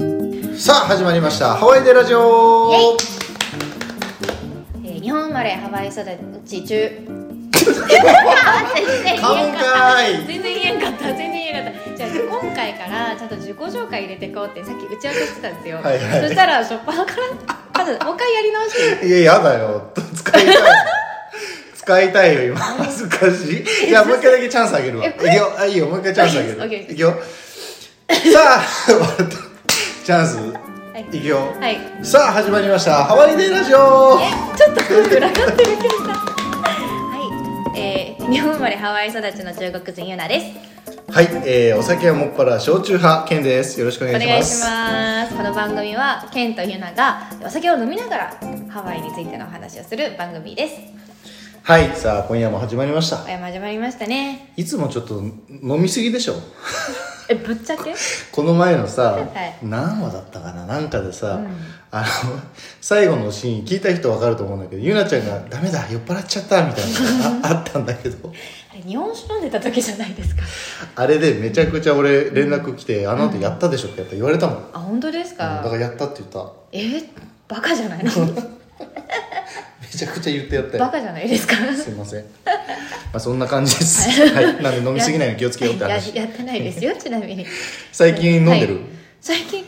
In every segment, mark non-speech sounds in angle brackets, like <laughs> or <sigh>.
さあ始まりましたハワイでラジオえー日本生まれハワイ育ち中 <laughs> 全然カモ言えンんかかったーい全然言えんかった全然言えんかったじゃあ今回からちゃんと自己紹介入れてこうってさっき打ち合わせしてたんですよはいはいそしたら初っ端からまずもう一回やり直していややだよ <laughs> 使いたい使いたいよ今恥ずかしいいやもう一回だけチャンスあげるわいえくよあいいよもう一回チャンスあげオッケーオッケるーいくよさあ <laughs> 終わったチャンスはいいくよはいさあ始まりましたハワイでラジオえちょっと裏がってるけどさはい、えー、日本生まれハワイ育ちの中国人ゆなですはい、えー、お酒はもっぱら焼酎派ケンですよろしくおお願いし願まいしすますこの番組はケンとユナがお酒を飲みながらハワイについてのお話をする番組ですはいさあ今夜も始まりましおた山始まりましたねいつもちょっと飲みすぎでしょえぶっちゃけこの前のさ、はい何話だったかななんかでさ、うんあの最後のシーン聞いた人分かると思うんだけどゆなちゃんが「ダメだ酔っ払っちゃった」みたいな <laughs> のがああったんだけどあれ日本酒飲んでた時じゃないですかあれでめちゃくちゃ俺連絡来て「あの後やったでしょ」ってやっぱ言われたもん、あ本当ですだからかやったって言ったえーバカ <laughs> じゃないのめちゃくちゃ言ってやったバよカじゃないですかすいません、まあ、そんな感じです、はい、なんで飲みすぎないように気をつけようってや話 <laughs> ややってないで <laughs> すよちなみに最近飲んでる、はい最近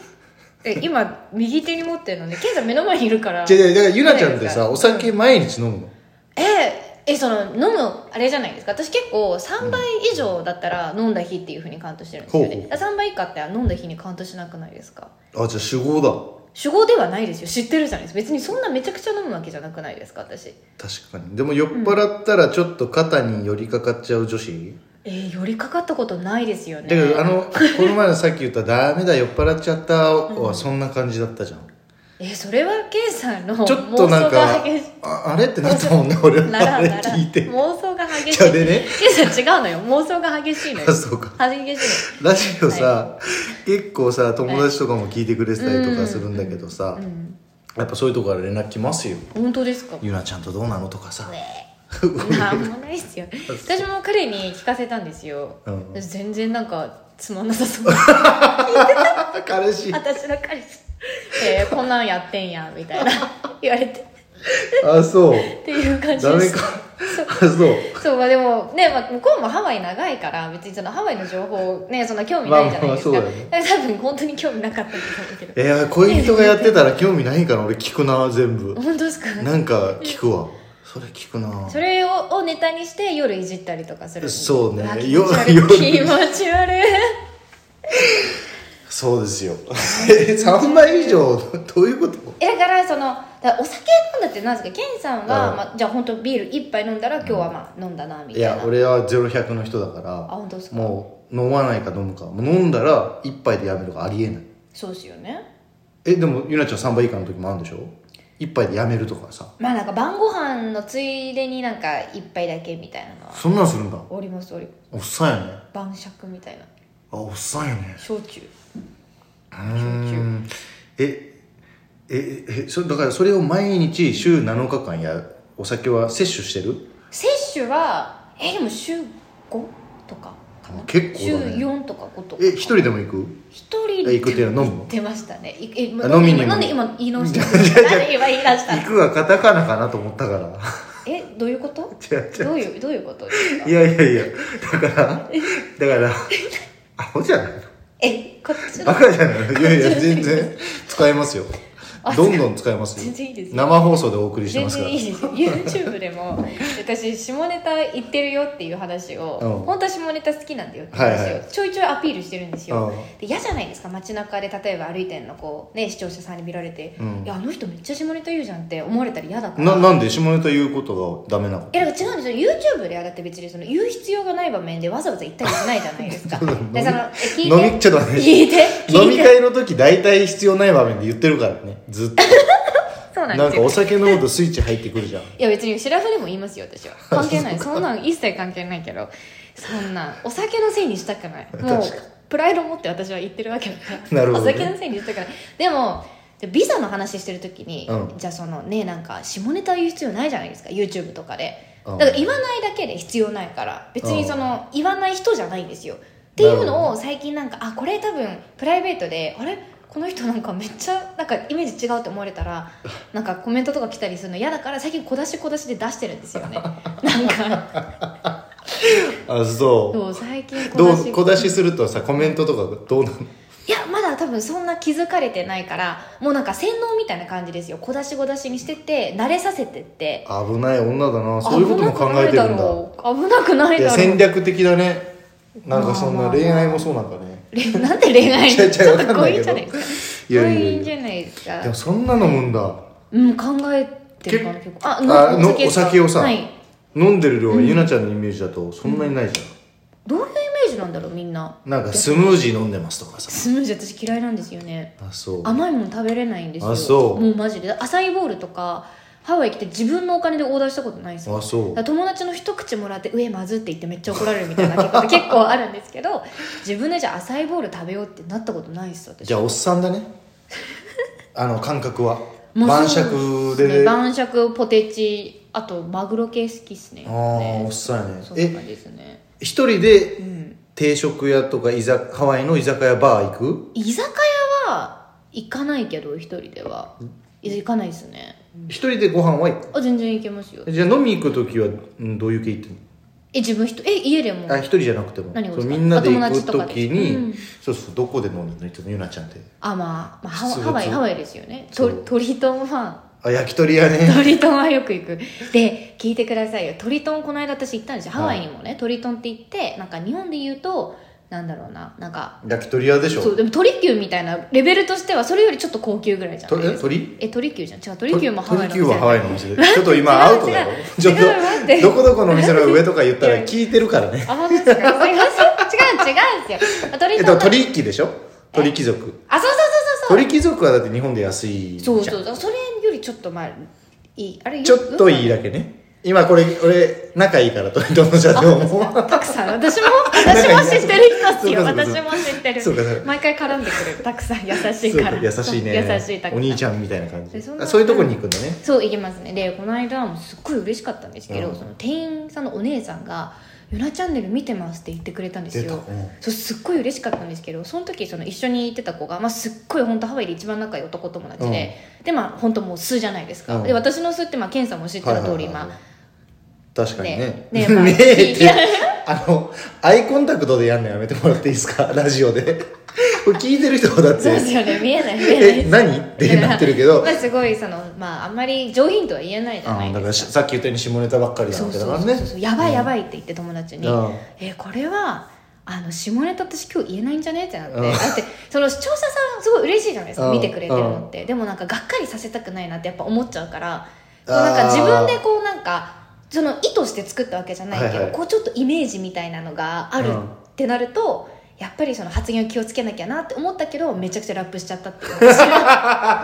え今右手に持ってるのねケンさん目の前にいるからじゃだからゆなちゃんって見ないですかさお酒毎日飲むのええその飲むあれじゃないですか私結構3倍以上だったら飲んだ日っていうふうにカウントしてるんですよほうほねう3倍以下って飲んだ日にカウントしなくないですかあじゃあ酒豪だ主語ではないですよ知ってるじゃないですか別にそんなめちゃくちゃ飲むわけじゃなくないですか私確かにでも酔っ払ったらちょっと肩に寄りかかっちゃう女子、えー、寄りかかったことないですよねだけどあのこの前のさっき言った「ダメだ酔っ払っちゃった」はそんな感じだったじゃん、えーそれはケンさんの妄ちょっと想なんがか激しああれってなったもんね俺いなはあらんれならん聞いて妄想が激しいやいでねケンさん違うのよ妄想が激しいのよあそうか激しいラジオさ、結構さ友達とかも聞いてくれてたりとかするんだけどさ、のうんやっぱそういうとこから連絡来ますよ本当ですか「ゆなちゃんとどうなの?」とかさ、 <laughs> なんもないですよ私も彼に聞かせたんですよ、うん全然なんかつまんなさ <laughs> そう彼氏私の彼氏えーこんなんやってんやみたいな言われてあそうっていう感じダでメすかあそうそうまあでもね、まあ、向こうもハワイ長いから別にそのハワイの情報ねそんな興味ないじゃないですか,、まあまあそうだよね多分本当に興味なかったんだと思うけどえー、恋人がやってたら興味ないんから俺聞くな全部本当ですかなんか聞くわそれ聞くなそれををネタにして夜いじったりとかするそうねわ気よ持ち悪い夜気持ち悪いそうです <laughs> よえ3倍以上どういうことえだからそのだからお酒飲んだってなんですかケンさんは、うんまあ、じゃあ本当ビール一杯飲んだら今日はまあ飲んだなみたいいなや俺は0100の人だかあら本当ですかもう飲まないか飲むかもう飲んだら1杯でやめるかありえないそうですよねえでもゆなちゃん3倍以下の時もあるんでしょ1杯でやめるとかさまあなんか晩ご飯のついでになんか一杯だけみたいなのはそんなんするんだおりますおりますおっさんやね晩酌みたいなあおっさんやね焼酎うーんえええそだからそれを毎日週7日間やお酒は摂取してる摂取はえでも週5とかかな結構週だね4とか5とかえ一人でも行く一人え行くっていうのは飲む行ってましたねいえあ飲みにもなんで今言い直し <laughs> たんですかなんで今言い出した行くがカタカナかなと思ったからえどういうこと違う違うどういうどういうことですかいやいやいやだからだからアホじゃないのえこっちのバカじゃないのいやいや全然使えますよどんどん使えますよ全然いいですよ生放送でお送りして全ますから然いいですよ YouTube でも <laughs> 私下ネタ言ってるよっていう話を、うん本当は下ネタ好きなんだよって話を、はいはいちょいちょいアピールしてるんですうよんで嫌じゃないですか街中で例えば歩いてんのこう、ね、視聴者さんに見られて、うんいやあの人めっちゃ下ネタ言うじゃんって思われたら嫌だからななんで下ネタ言うことがダメなのえなんか違うんですよ YouTube で上がって別にその言う必要がない場面でわざわざ言ったりしないじゃないです <laughs> かそうだねでそのえ聞いて飲みちょっと待って聞いて聞飲いみて会の時大体必要ない場面で言ってるからねずっとそうなんなんですかよお酒飲むとスイッチ入ってくるじゃんいや別にシラフでも言いますよ私は関係な <laughs> いそんなん一切関係ないけどそんなお酒のせいにしたくないもう <laughs> 確かにプライドを持って私は言ってるわけだから <laughs> なるほどねお酒のせいにしたくないでもじゃあビザの話してる時に、うんじゃあそのねなんか下ネタ言う必要ないじゃないですか YouTube とかでうんだから言わ <laughs> ないだけで必要ないから別にその言わない人じゃないんですよっていうのを最近なんかあこれ多分プライベートであれこの人なんかめっちゃなんかイメージ違うって思われ <laughs> たらなんかコメントとか来たりするの嫌だから最近小出し小出しで出してるんです <laughs> よねなんかあそうそう最近どう小出しするとさコメントとかどうなのいやまだ多分そんな気づかれてないからもうなんか洗脳みたいな感じですよ小出し小出しにしてって慣れさせてって危ない女だなそういうことも考えてるんだ危なくないいやだろう戦危なくないだろ略的だねなんかそんまなあまあまあ恋愛もそうなんかねうれ <laughs> なんで恋愛違う違うちょっわかとんな強いけ引どじゃないやいですかいやいや強引じゃないですかでもそんなのもんだうん考えてるかなけ結構ああのですかお酒をさはい飲んでる量がゆなちゃんのイメージだとそんなにないじゃん、どういうイメージなんだろうみんななんかスムージー飲んでますとかさスムージー私嫌いなんですよねあそう甘いもの食べれないんですよあそうもうマジでアサイーボウルとかハワイ来て自分のお金でオーダーしたことないんですよあそうだから友達の一口もらって「上まず」って言ってめっちゃ怒られるみたいな結構結構あるんですけど自分でじゃあ浅いボール食べようってなったことないです私じゃあおっさん <laughs> だねあの感覚はもう晩そう酌すでねあ晩酌ポテチあとマグロ系好きっすねあーおっさんやねそうえですね一人で定食屋とか居酒ハワイの居酒屋バー行く居酒屋は行かないけど一人ではい行かないですね一人でご飯は行あ全然行けますよくじゃあ飲み行く時はうんどういう系行ってんのえ自分一人え家でもあ一人じゃなくても何がそうでみすかんなで行あ友く達とかで時に、うんそうそうどこで飲んでるのいつもゆなちゃんってあまあ、まあ、ハワ出没ハワイハワイですよねそうと鳥とまああ焼き鳥屋ね <laughs> トリトンはよく行くで聞いてくださいよトリトンこの間私行ったんですよハワイにもね、トリトンって行ってなんか日本で言うとなんだろうななんか焼き鳥屋でしょそうでも鳥級みたいなレベルとしてはそれよりちょっと高級ぐらいじゃとないえですか鳥え鳥級じゃん違う鳥級もハワイの鳥久はハワイのお店でちょっと違う今アウトだよ違うちょっと違う待ってどこどこのお店の上とか言ったら違う聞いてるからねあ本当ですかすいません違う違うんですよあトリえっトンとは鳥貴でしょ鳥貴族あそうそうそうそう鳥貴族はだって日本で安いじゃそんうそうそうそれよりちょっとまあいいあれちょっといいいだけね今これ俺仲いい <laughs> から鳥貴族の社長もたくさん私も私も知ってる人ですそようか私そうかも知ってるそうかそうか毎回絡んでくるたくさん優しいそうか <laughs> から優しいね優しいたくさんお兄ちゃんみたいな感じでそんなあそういうとこに行くんだねそう行きますねでこの間もすっごい嬉しかったんですけど、うんその店員さんのお姉さんが「ゆなチャンネル見てます」って言ってくれたんです出たうよんそうすっごい嬉しかったんですけどその時その一緒に行ってた子が、まあ、すっごい本当ハワイで一番仲いい男友達で、でまあ本当もう素じゃないですか、うんで私の素ってまあケンさんも知ってる通はいはりいはい今はい確かにねねねまあねえっていやあのアイコンタクトでやんのやめてもらっていいですか <laughs> ラジオでこれ聞いてる人はだっそうですてよね見えない見えないえ何ってなってるけど <laughs> まあすごいそのまああんまり上品とは言えないじゃなあいだかでらすかさっき言ったように下ネタばっかりなそわうけそうだそからうねそうやばいやばいって言って友達に「うんえこれはあの下ネタ私今日言えないんじゃね?」ってなってだってその視聴者さんすごい嬉しいじゃないですかうん見てくれてるのってでもなんかがっかりさせたくないなってやっぱ思っちゃうからあーこうなんか自分でこうなんかその意図して作ったわけじゃないけど、はいはいこうちょっとイメージみたいなのがあるうんってなると、やっぱりその発言を気をつけなきゃなって思ったけどめちゃくちゃラップしちゃったっていう <laughs> 話 <laughs>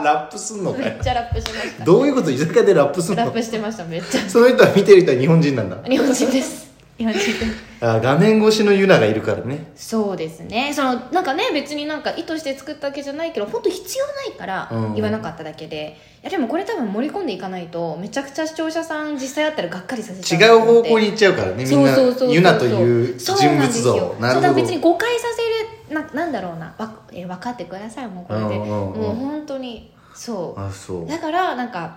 ラップすんのかめよっちゃラップしましたどういうこと居酒屋でラップすんラッのプしてましためっちゃその人は見てる人は日本人なんだ日本人です日本人ですあ画面越しのユナがいるからねそうですねそのなんかね別になんか意図して作ったわけじゃないけど本当必要ないからうん言わなかっただけで、いやでもこれ多分盛り込んでいかないとめちゃくちゃ視聴者さん実際あったらがっかりさせち違ゃうなと思方って向に行っちゃうからねみんなそうそうそうそうユナという人そうなんで物す像よなそるうだからほ別にど誤解させるななんだろうなわえ分かってくださいもうこれで、うんうんうんもう本当にそうあそうだからなんか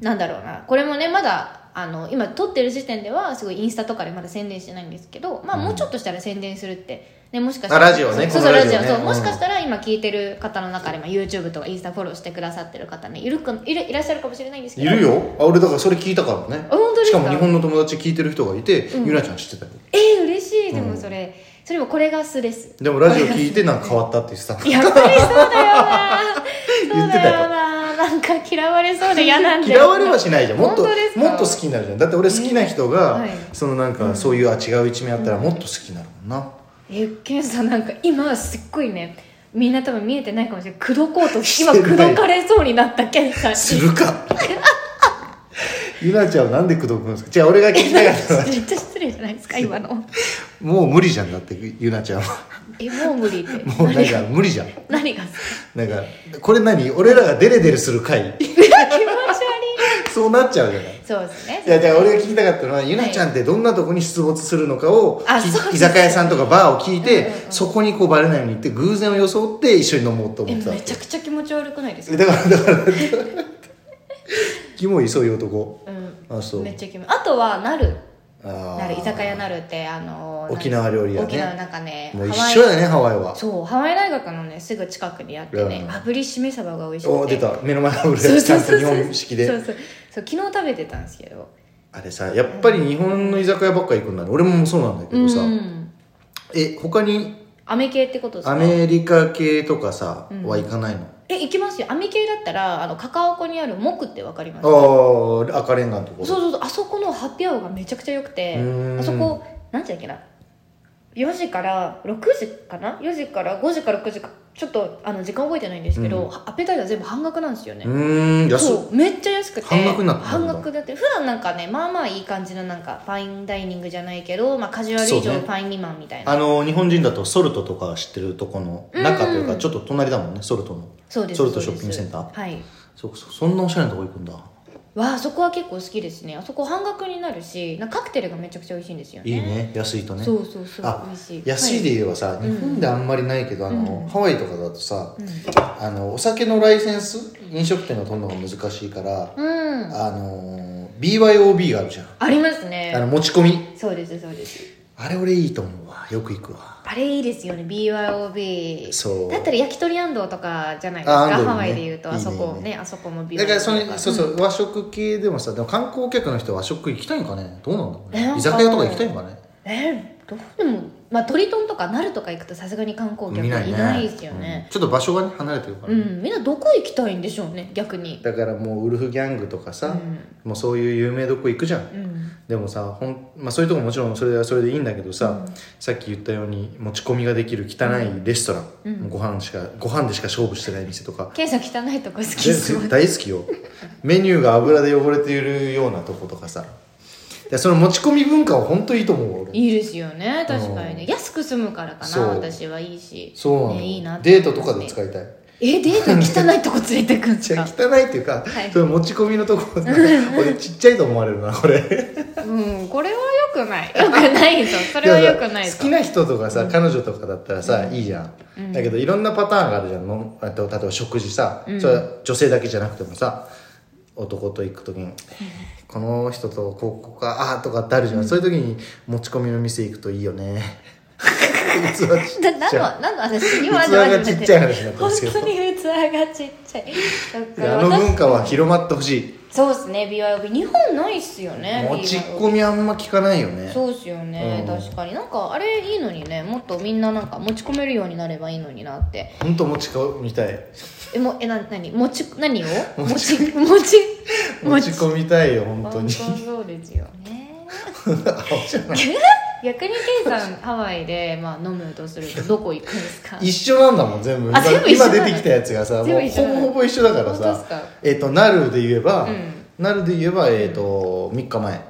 なんだろうなこれもねまだあの今撮ってる時点ではすごいインスタとかでまだ宣伝してないんですけど、まあ、うんもうちょっとしたら宣伝するって、ね、もしかしたあらラジオねそうこそのうララジジオオねそううんもしかしたら今聞いてる方の中で、まあ、YouTube とかインスタフォローしてくださってる方ねいるかいるいらっしゃるかもしれないんですけいどるよあ俺だからそれ聞いたからねあ本当ですしかかも日本の友達聞いてる人がいて、うんゆなちゃん知ってたよえー、嬉しいでうもんそれ、それもこれが素ですでもラジオ聞いてなんか変わったって言ってたのやっぱりそうだよな <laughs> 言そうってただよよななんか嫌われそうで嫌なんで嫌われはしないじゃんもっと本当ですかもっと好きになるじゃんだって俺好きな人が、はいそのなんかそういうあ違う一面あったらもっと好きになるもんな、えケンさんなんか今すっごいねみんな多分見えてないかもしれない口説こうと <laughs> 今して口ない説かれそうになったケン <laughs> さんするかゆなちゃんはなんで口説くんですかじゃあ俺が聞きたかったのはめっちゃ失礼じゃないですか今のもう無理じゃんだってゆなちゃんはえもう無理って <laughs> もうなんか無理じゃん何が気持なんかこれ何俺らがデレデレする回ち悪いそうなっちゃうじゃないそうですねいやだから俺が聞きたかったのは、ゆなちゃんってどんなとこに出没するのかを、あきそうです居酒屋さんとかバーを聞いて、うんうんうんそこにこうバレないように行って偶然を装って一緒に飲もうとえ思ってたわめけちゃくちゃ気持ち悪くないですか、だからだからだからキモいそういう男うん、あそうめっちゃ気持ちあとはなるあなるー居酒屋なるってあの沖縄料理屋ね沖縄なんかねもう一緒ハワイだねハワイはそうハワイ大学のねすぐ近くにあってねうん炙りしめ鯖が美味しくてお出た目の前の俺そうちそゃうんそとう日本式でそうそうそう昨日食べてたんですけどあれさやっぱり日本の居酒屋ばっか行くんだね俺もそうなんだけうどさ、んえ他に飴系ってことですアかメリカ系とかさ、うんは行かないのえ行きますよ飴系だったらあのカカオコにあるモクってわかりますああ赤レンガのところそうそうそうあそこのハッピーアワーがめちゃくちゃ良くてうーんあそこ何時だっけな4時から6時かな4時から5時から6時かちょっとあの時間覚えてないんですけど、うんアペタイザー全部半額なんですよね、うーん安っそうめっちゃ安くて半額になってるん半だ額だって普段なんかねまあまあいい感じのなんかファインダイニングじゃないけど、まあ、カジュアル以そう上ねファイン未満みたいなあの日本人だとソルトとか知ってるとこの中というかうんちょっと隣だもんねソルトのそうですソルトそうショッですピングセンターはいそうそうそんなおしゃれなとこ行くんだわあそこは結構好きですねあそこ半額になるしなんかカクテルがめちゃくちゃ美味しいんですよねいいね安いとねそうそうそうあ美味しい安いで言えばさ、い日本であんまりないけどあの、うんハワイとかだとさ、はいあのお酒のライセンス飲食店が取るのが難しいから、うん、うん、ああの BYOB があるじゃん、りますあのね持ち込みそうですそうですあれ俺いいと思うわよく行くわあれいいですよね BYOB そうだったら焼き鳥安藤とかじゃないですあ安か、藤ねハワイでいうとあそこいいねいいねあそこも BYOB だからそとのそうそう、和食系でもさでも観光客の人は和食行きたいんかねどうなんだろうえなねんか居酒屋とか行きたいんかねえどうでもまあトリトンとかナルとか行くとさすがに観光客見ないねいないですよねうんちょっと場所がね離れてるからうね、ん、みんなどこ行きたいんでしょうね逆にだからもうウルフギャングとかさ、うんもうそういう有名どこ行くじゃん、うんでもさほん、まあ、そういうとこもちろんそれはそれでいいんだけどさ、さっき言ったように持ち込みができる汚いレストラン、うんもうご飯しかご飯でしか勝負してない店とかケンさん汚いとこ好き全ですもん然大好きよメニューが油で汚れているようなとことかさでその持ち込み文化は本当いいと思う俺いいですよね確かにね、うん安く済むからかそなう私はいいしそうなの、ね、いいなデートとかで使ういたいえデートに汚いとこ連れ <laughs> てくんですじゃかあ汚いっていうか、はいその持ち込みのとこ <laughs> 俺ちっちゃいと思われるなこれうんこれは良くない良くないぞそれは良くないやぞ好きな人とかさ、彼女とかだったらさ、いいじゃん、だけどいろんなパターンがあるじゃんのあと例えば食事さ、うんそれは女性だけじゃなくてもさ男と行く時に「この人とこうこうかああ」とかってあるじゃん、そういう時に持ち込みの店行くといいよ <laughs> ね器ちっな何ちゃの何の話い器今のがちっちゃい話になってま本すけど当に器がちっちゃいそっいかやあの文化は広まってほしいそうですね BYOB 日本ないっすよね持ち BYOB 込みあんま聞かないよねそうっすよね、うん確かになんかあれいいのにねもっとみんななんか持ち込めるようになればいいのになって本当持ち込みたいえもえな何持ち何を持ち持ち持ち込みたいよ本当本に当そうですよね青じゃない逆にケイさんハワイで、まあ、飲むとするとどこ行くんです <laughs> か一緒なんだもん全部あ全部一緒今なの出てきたやつがさも全う部一緒なほのぼほぼ一緒だから本当っすさかえっ、となるで言えば、うんなるで言えばえっ、と3日前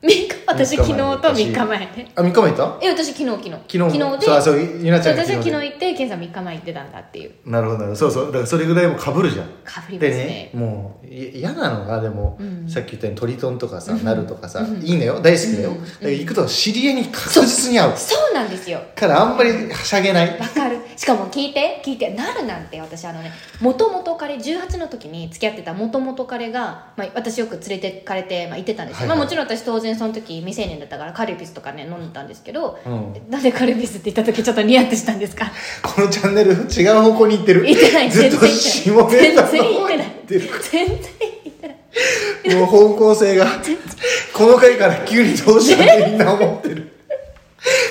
三日私三日昨日前と3日前ねあ3日前いたえ私昨日昨日昨日もでそうあそうゆなちゃんが私昨は日昨日ね行ってケンさん3日前行ってたんだっていうなるほどなるほどそうそうだからそれぐらいもかぶるじゃんかぶりまですねねもうい嫌なのがでも、うんさっき言ったようにトリトンとかさ、なるとかさ、うんいいんだよ大好きだよ、うんだから行くと知り合いに確実に会うそうなんですよからあんまりはしゃげないわかるしかも聞いて聞いてなるなんて私あのねもともと彼18の時に付き合ってたもともと彼が、まあ、私よく連れてかれて、まあ、行ってたんですよ、はいはいまあ、もちろん私当然その時未成年だったからカルピスとかね飲んでたんですけど、うんなんでカルピスって言った時ちょっとニヤッとしたんですかこのチャンネル違う方向に行ってる言ってないず全っ然と言下ネってなタのい全然言方に行ってないってる全然言ってないもう方向性がこの回から急にどうしたってみんな思ってる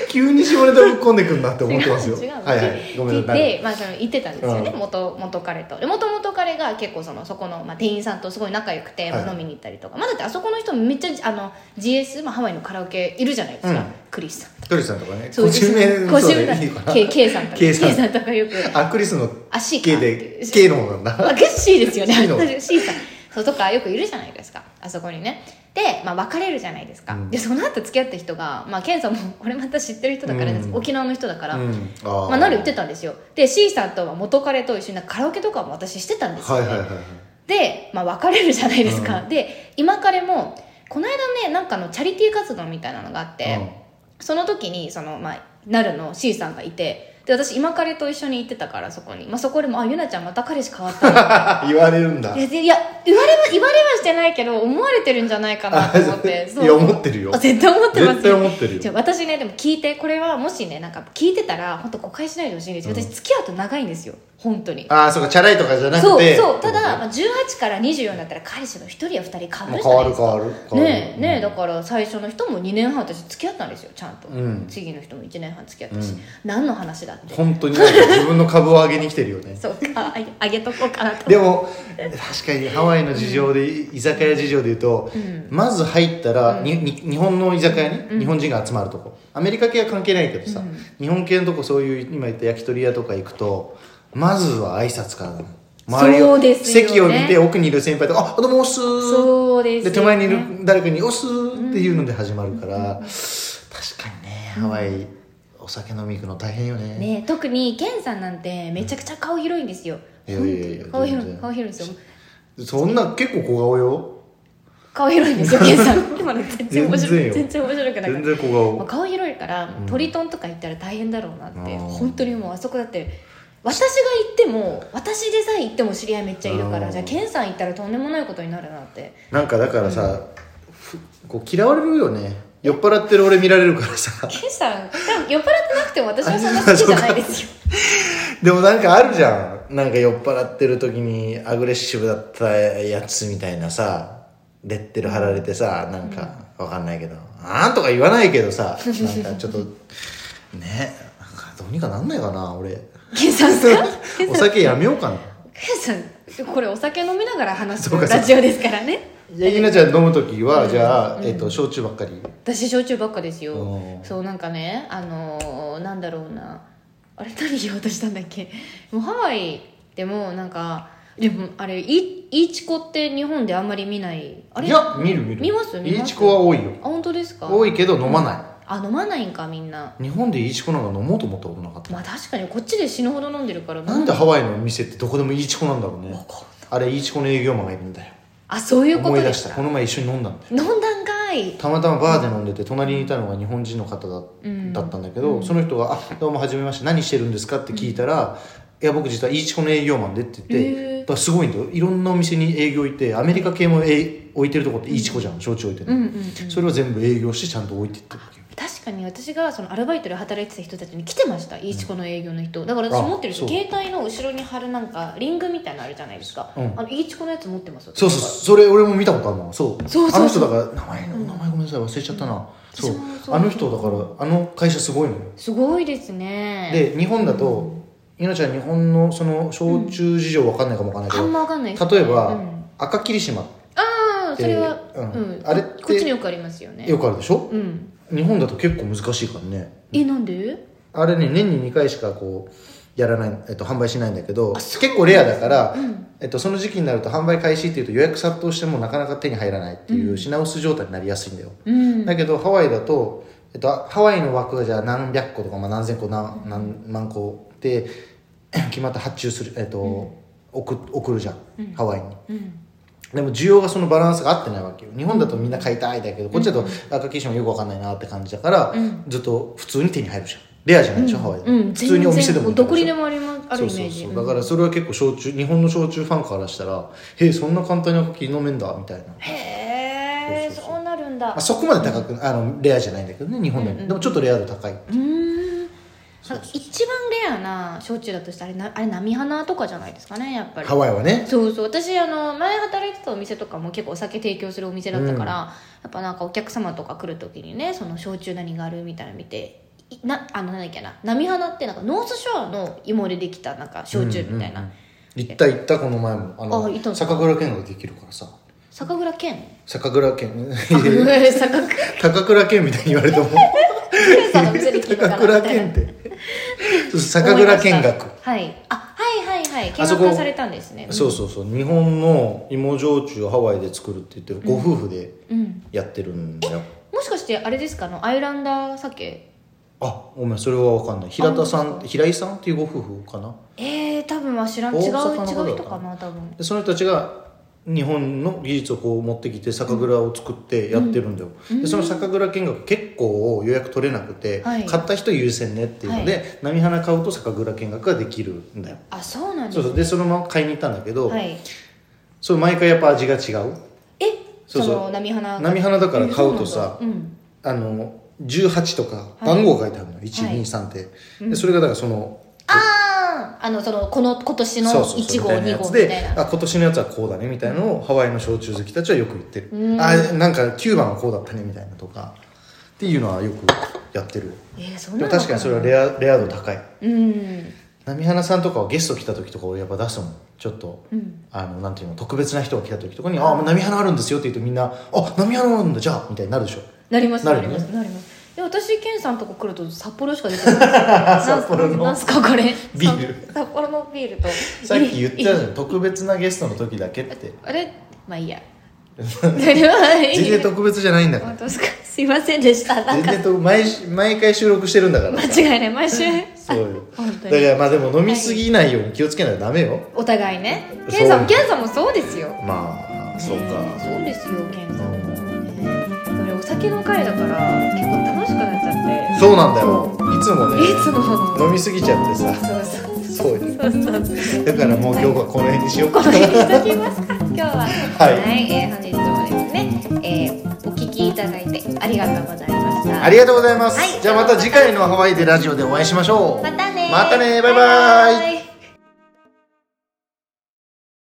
急に下ネタぶっ込んでくんなって思ってますよ違う違うはいはいごめんなさいで、まあ、その言ってたんですよね、うん元元彼とで元々彼が結構そのそこの、まあ、店員さんとすごい仲良くて、まあはい飲みに行ったりとか、まあ、だってあそこの人めっちゃあの GS、まあ、ハワイのカラオケいるじゃないですか、うんクリスさんトリさんとかねそう個人名個そう人でいい名かな K, K さんとか K K さんさんとかよくあクリスのあ C か K で K の方なんだまあ、C ですよね C の C さんそうとかよくいるじゃないですかあそこにねで、まあ、別れるじゃないですか、うんでその後付き合った人が、まあ、ケンさんもこれまた知ってる人だからね、うん沖縄の人だから、うんあまあ、なる言ってたたんですよで C さんとは元彼と一緒にカラオケとかも私してたんですよ、はいねはいはいはいで、まあ、別れるじゃないですか、うんで今彼もこの間ねなんかのチャリティー活動みたいなのがあって、その時にその、まあ、なるの C さんがいてで私今彼と一緒に行ってたからそこに、まあ、そこでも「あゆなちゃんまた彼氏変わった <laughs> の」言われるんだいやでいや <laughs> 言われは言われはしてないけど思われてるんじゃないかなと思っ <laughs> ていや思ってるよあ絶対思ってます絶対思ってるよじゃあ私ねでも聞いてこれはもしねなんか聞いてたら本当誤解しないでほしいんですけど、うん私付き合うと長いんですよ本当にああそうかチャラいとかじゃなそくうてそうただ、まあ、18から24になったら彼氏が1人や2人変わるじゃないもでうすか変わる変わる変わるねえねえだから最初の人も2年半私付き合ったんですよちゃんと、うん次の人も1年半付き合ったし、うん何の話だって本当になんか自分の株を上げに来てるよねそうかあげあげとこうかなとでも確かにハワイの事情で、居酒屋事情で言うと、うんまず入ったら、うんにに日本の居酒屋ね、うん日本人が集まるとこアメリカ系は関係ないけどさ、うん日本系のとこそういう今言った焼き鳥屋とか行くとまずは挨拶からだもんそうですよね席を見て奥にいる先輩と「あどうもおっす」そうですよね手前にいる誰かに「おっす」っていうので始まるから、確かにねハワイ、お酒飲み行くの大変よねねえ特にケンさんなんてめちゃくちゃ顔広いんですよ、いやいやいや顔全広い然顔広いんですよそんな結構小顔よ顔広いんですよケンさん <laughs> 今の全然面白全然いよ全然面白くなかった全然小まあ顔顔広いからうんトリトンとか行ったら大変だろうなって、あー本当にもうあそこだって私が行っても私でさえ行っても知り合いめっちゃいるかあらーじゃあケンさん行ったらとんでもないことになるなってなんかだからさ、ふこう嫌われるよね酔っ払ってる俺見られるからさケンさん多分酔っ払ってなくても私はそんな好きじゃないで <laughs> すよ <laughs> でもなんかあるじゃんなんか酔っ払ってる時にアグレッシブだったやつみたいなさレッテル貼られてさなんかわかんないけど「あん」とか言わないけどさなんかちょっとねなんかどうにかなんないかな俺ケンさんですかお酒やめようかなケンさんこれお酒飲みながら話すそうかそうかラジオですからねじゃあゆなちゃん飲む時はじゃあ、えっと焼酎ばっかり私焼酎ばっかですようんそうなんかねあのーなんだろうなあれ何言おうとしたんだっけ <laughs> もうハワイでもなんかでもあれイイチコって日本であんまり見ないあれいや見る見る見ます見ますイチコは多いよあ本当ですか多いけど飲まない、あ飲まないんかみんな日本でイチコなんか飲もうと思ったことなかった、まあ確かにこっちで死ぬほど飲んでるからなんでハワイのお店ってどこでもイチコなんだろうねあれイチコの営業マンがいるんだよあそういうこ思とい出でしすたかこの前一緒に飲んだんだよ飲んだんかいたまたまバーで飲んでて隣にいたのが日本人の方だ,、うんだったんだけど、その人が「あどうもはじめまして何してるんですか?」って聞いたら「いや僕実はイチコの営業マンで」って言って、へーやっぱすごいんだよいろんなお店に営業行ってアメリカ系もえ置いてるとこってイチコじゃん焼酎置いてるうの、んうんうんそれを全部営業してちゃんと置いてってるわけよ確かに私がそのアルバイトで働いてた人たちに来てましたイチコの営業の人だから私持ってるんですよあそう携帯の後ろに貼るなんかリングみたいなのあるじゃないですか、うんあのイチコのやつ持ってますそうそうそうそれ俺も見たことあるのそうそうそうそうあの人だから名前名前ごめんなさい忘れちゃったな、そうそうそうあの人だからあの会社すごいのよすごいですねで日本だと、ゆなちゃん日本のその焼酎事情わかんないかもわかんないけあど、んまわかんないですね例えば、うん赤霧島っああてそれは、ううんんあれっこっちにてよくありますよねよくあるでしょうん日本だと結構難しいからねえなんであれね年に2回しかこうやらない、えっと、販売しないんだけど結構レアだから、うんえっと、その時期になると販売開始っていうと予約殺到してもなかなか手に入らないっていう品薄状態になりやすいんだよ、うんだけどハワイだと、えっと、ハワイの枠がじゃあ何百個とか、まあ、何千個何何万個で <clears throat> 決まった発注する、えっと送送るじゃん、ハワイに。うんでも需要がそのバランスが合ってないわけよ日本だとみんな買いたいだけどこっちだと赤キッションよくわかんないなって感じだから、うんずっと普通に手に入るじゃんレアじゃないでしょ、ハワイで、うん全然普通にお店でも売ってどるこでにしでょもありますあそうるイメそうージそうだからそれは結構焼酎日本の焼酎ファンからしたら「へえそんな簡単に赤キ飲めんだ」みたいなへえそうそうそうなるんだまあ、そこまで高くあのレアじゃないんだけどね日本でも、でもちょっとレア度高いうーんなんか一番レアな焼酎だとしたらあれなあれ波花とかじゃないですかねやっぱりハワイはねそうそう私あの前働いてたお店とかも結構お酒提供するお店だったから、やっぱなんかお客様とか来る時にねその焼酎何があるみたいなの見ていなあの何だっけな波花ってなんかノースショアの芋でできたなんか焼酎みたいな、うんうんうん行った行ったこの前もあのあ行ったんですか酒蔵見学できるからさ酒蔵 <laughs> 健酒蔵見酒蔵 <laughs> 高倉健みたいに言われて <laughs> もさんの店できるか高倉 <laughs> らみたい健っな <laughs> てそう酒蔵見学思いましたはいあはいはいはい見あそこ学されたんですねそうそうそう日本の芋焼酎をハワイで作るって言ってるご夫婦でうんやってるんだよ、もしかしてあれですかあのアイランダー酒あごめんそれは分かんない平田さん平井さんっていうご夫婦かなえー、多分は知らん大違う違阪の方だう人かな多分でその人たちが日本の技術をこう持ってきて酒蔵を作ってやってるんだよ、でその酒蔵見学結構予約取れなくて、はい買った人優先ねっていうので、は波花買うと酒蔵見学ができるんだよ、あそうなんでそすうねそうでそのまま買いに行ったんだけど、はいそれ毎回やっぱ味が違うえそうそうその波花波花だから買うとさうんうんあの18とかい番号書いてあるの、123って、うんでそれがだからそのあああのそのこの今年のそうそう1号そうみたいな2やつ号みでたいなあ今年のやつはこうだねみたいなのをハワイの焼酎好きたちはよく言ってる、うんあなんか9番はこうだったねみたいなとかっていうのはよくやってるえーそんでなも確かにそれはレアレア度高いアうん波花さんとかはゲスト来た時とか俺やっぱ出すもんちょっと、うんあのなんていうの特別な人が来た時とかに「あ波花あるんですよ」って言うとみんな「あ波花あるんだじゃあ」みたいになる <laughs> でしょなりますななるりよねますなりますいや私ケンさんとこ来ると札幌しか出てこないな <laughs> ん札幌のなんすかこれビールさ札幌のビールと <laughs> さっき言ったじいゃいん特別なゲストの時だけってあれまあい <laughs> いや全全然特別じゃないんだか本当ですかすいませんでしたらなん全か然と毎毎回収録してるんだから <laughs> 間違いない毎週そうよ本当だにからまあでも飲みすぎないように気をつけないとダメよお互いねそうケンさんもケンさんもそうですよまあそうねかそうですよケンさんもねでもお酒の会だから結構楽しくなっちゃってそうなんだよいつもいつねも飲みすぎちゃってさそうそうそうよそうそうだからもう今日はこの辺にしようこかの辺にしときますか今日はははいえー本日もですね、えーお聞きいただいてありがとうございましたありがとうございます、はいじゃあまた次回のハワイでラジオでお会いしましょうまたねーまたねーバイバイバイ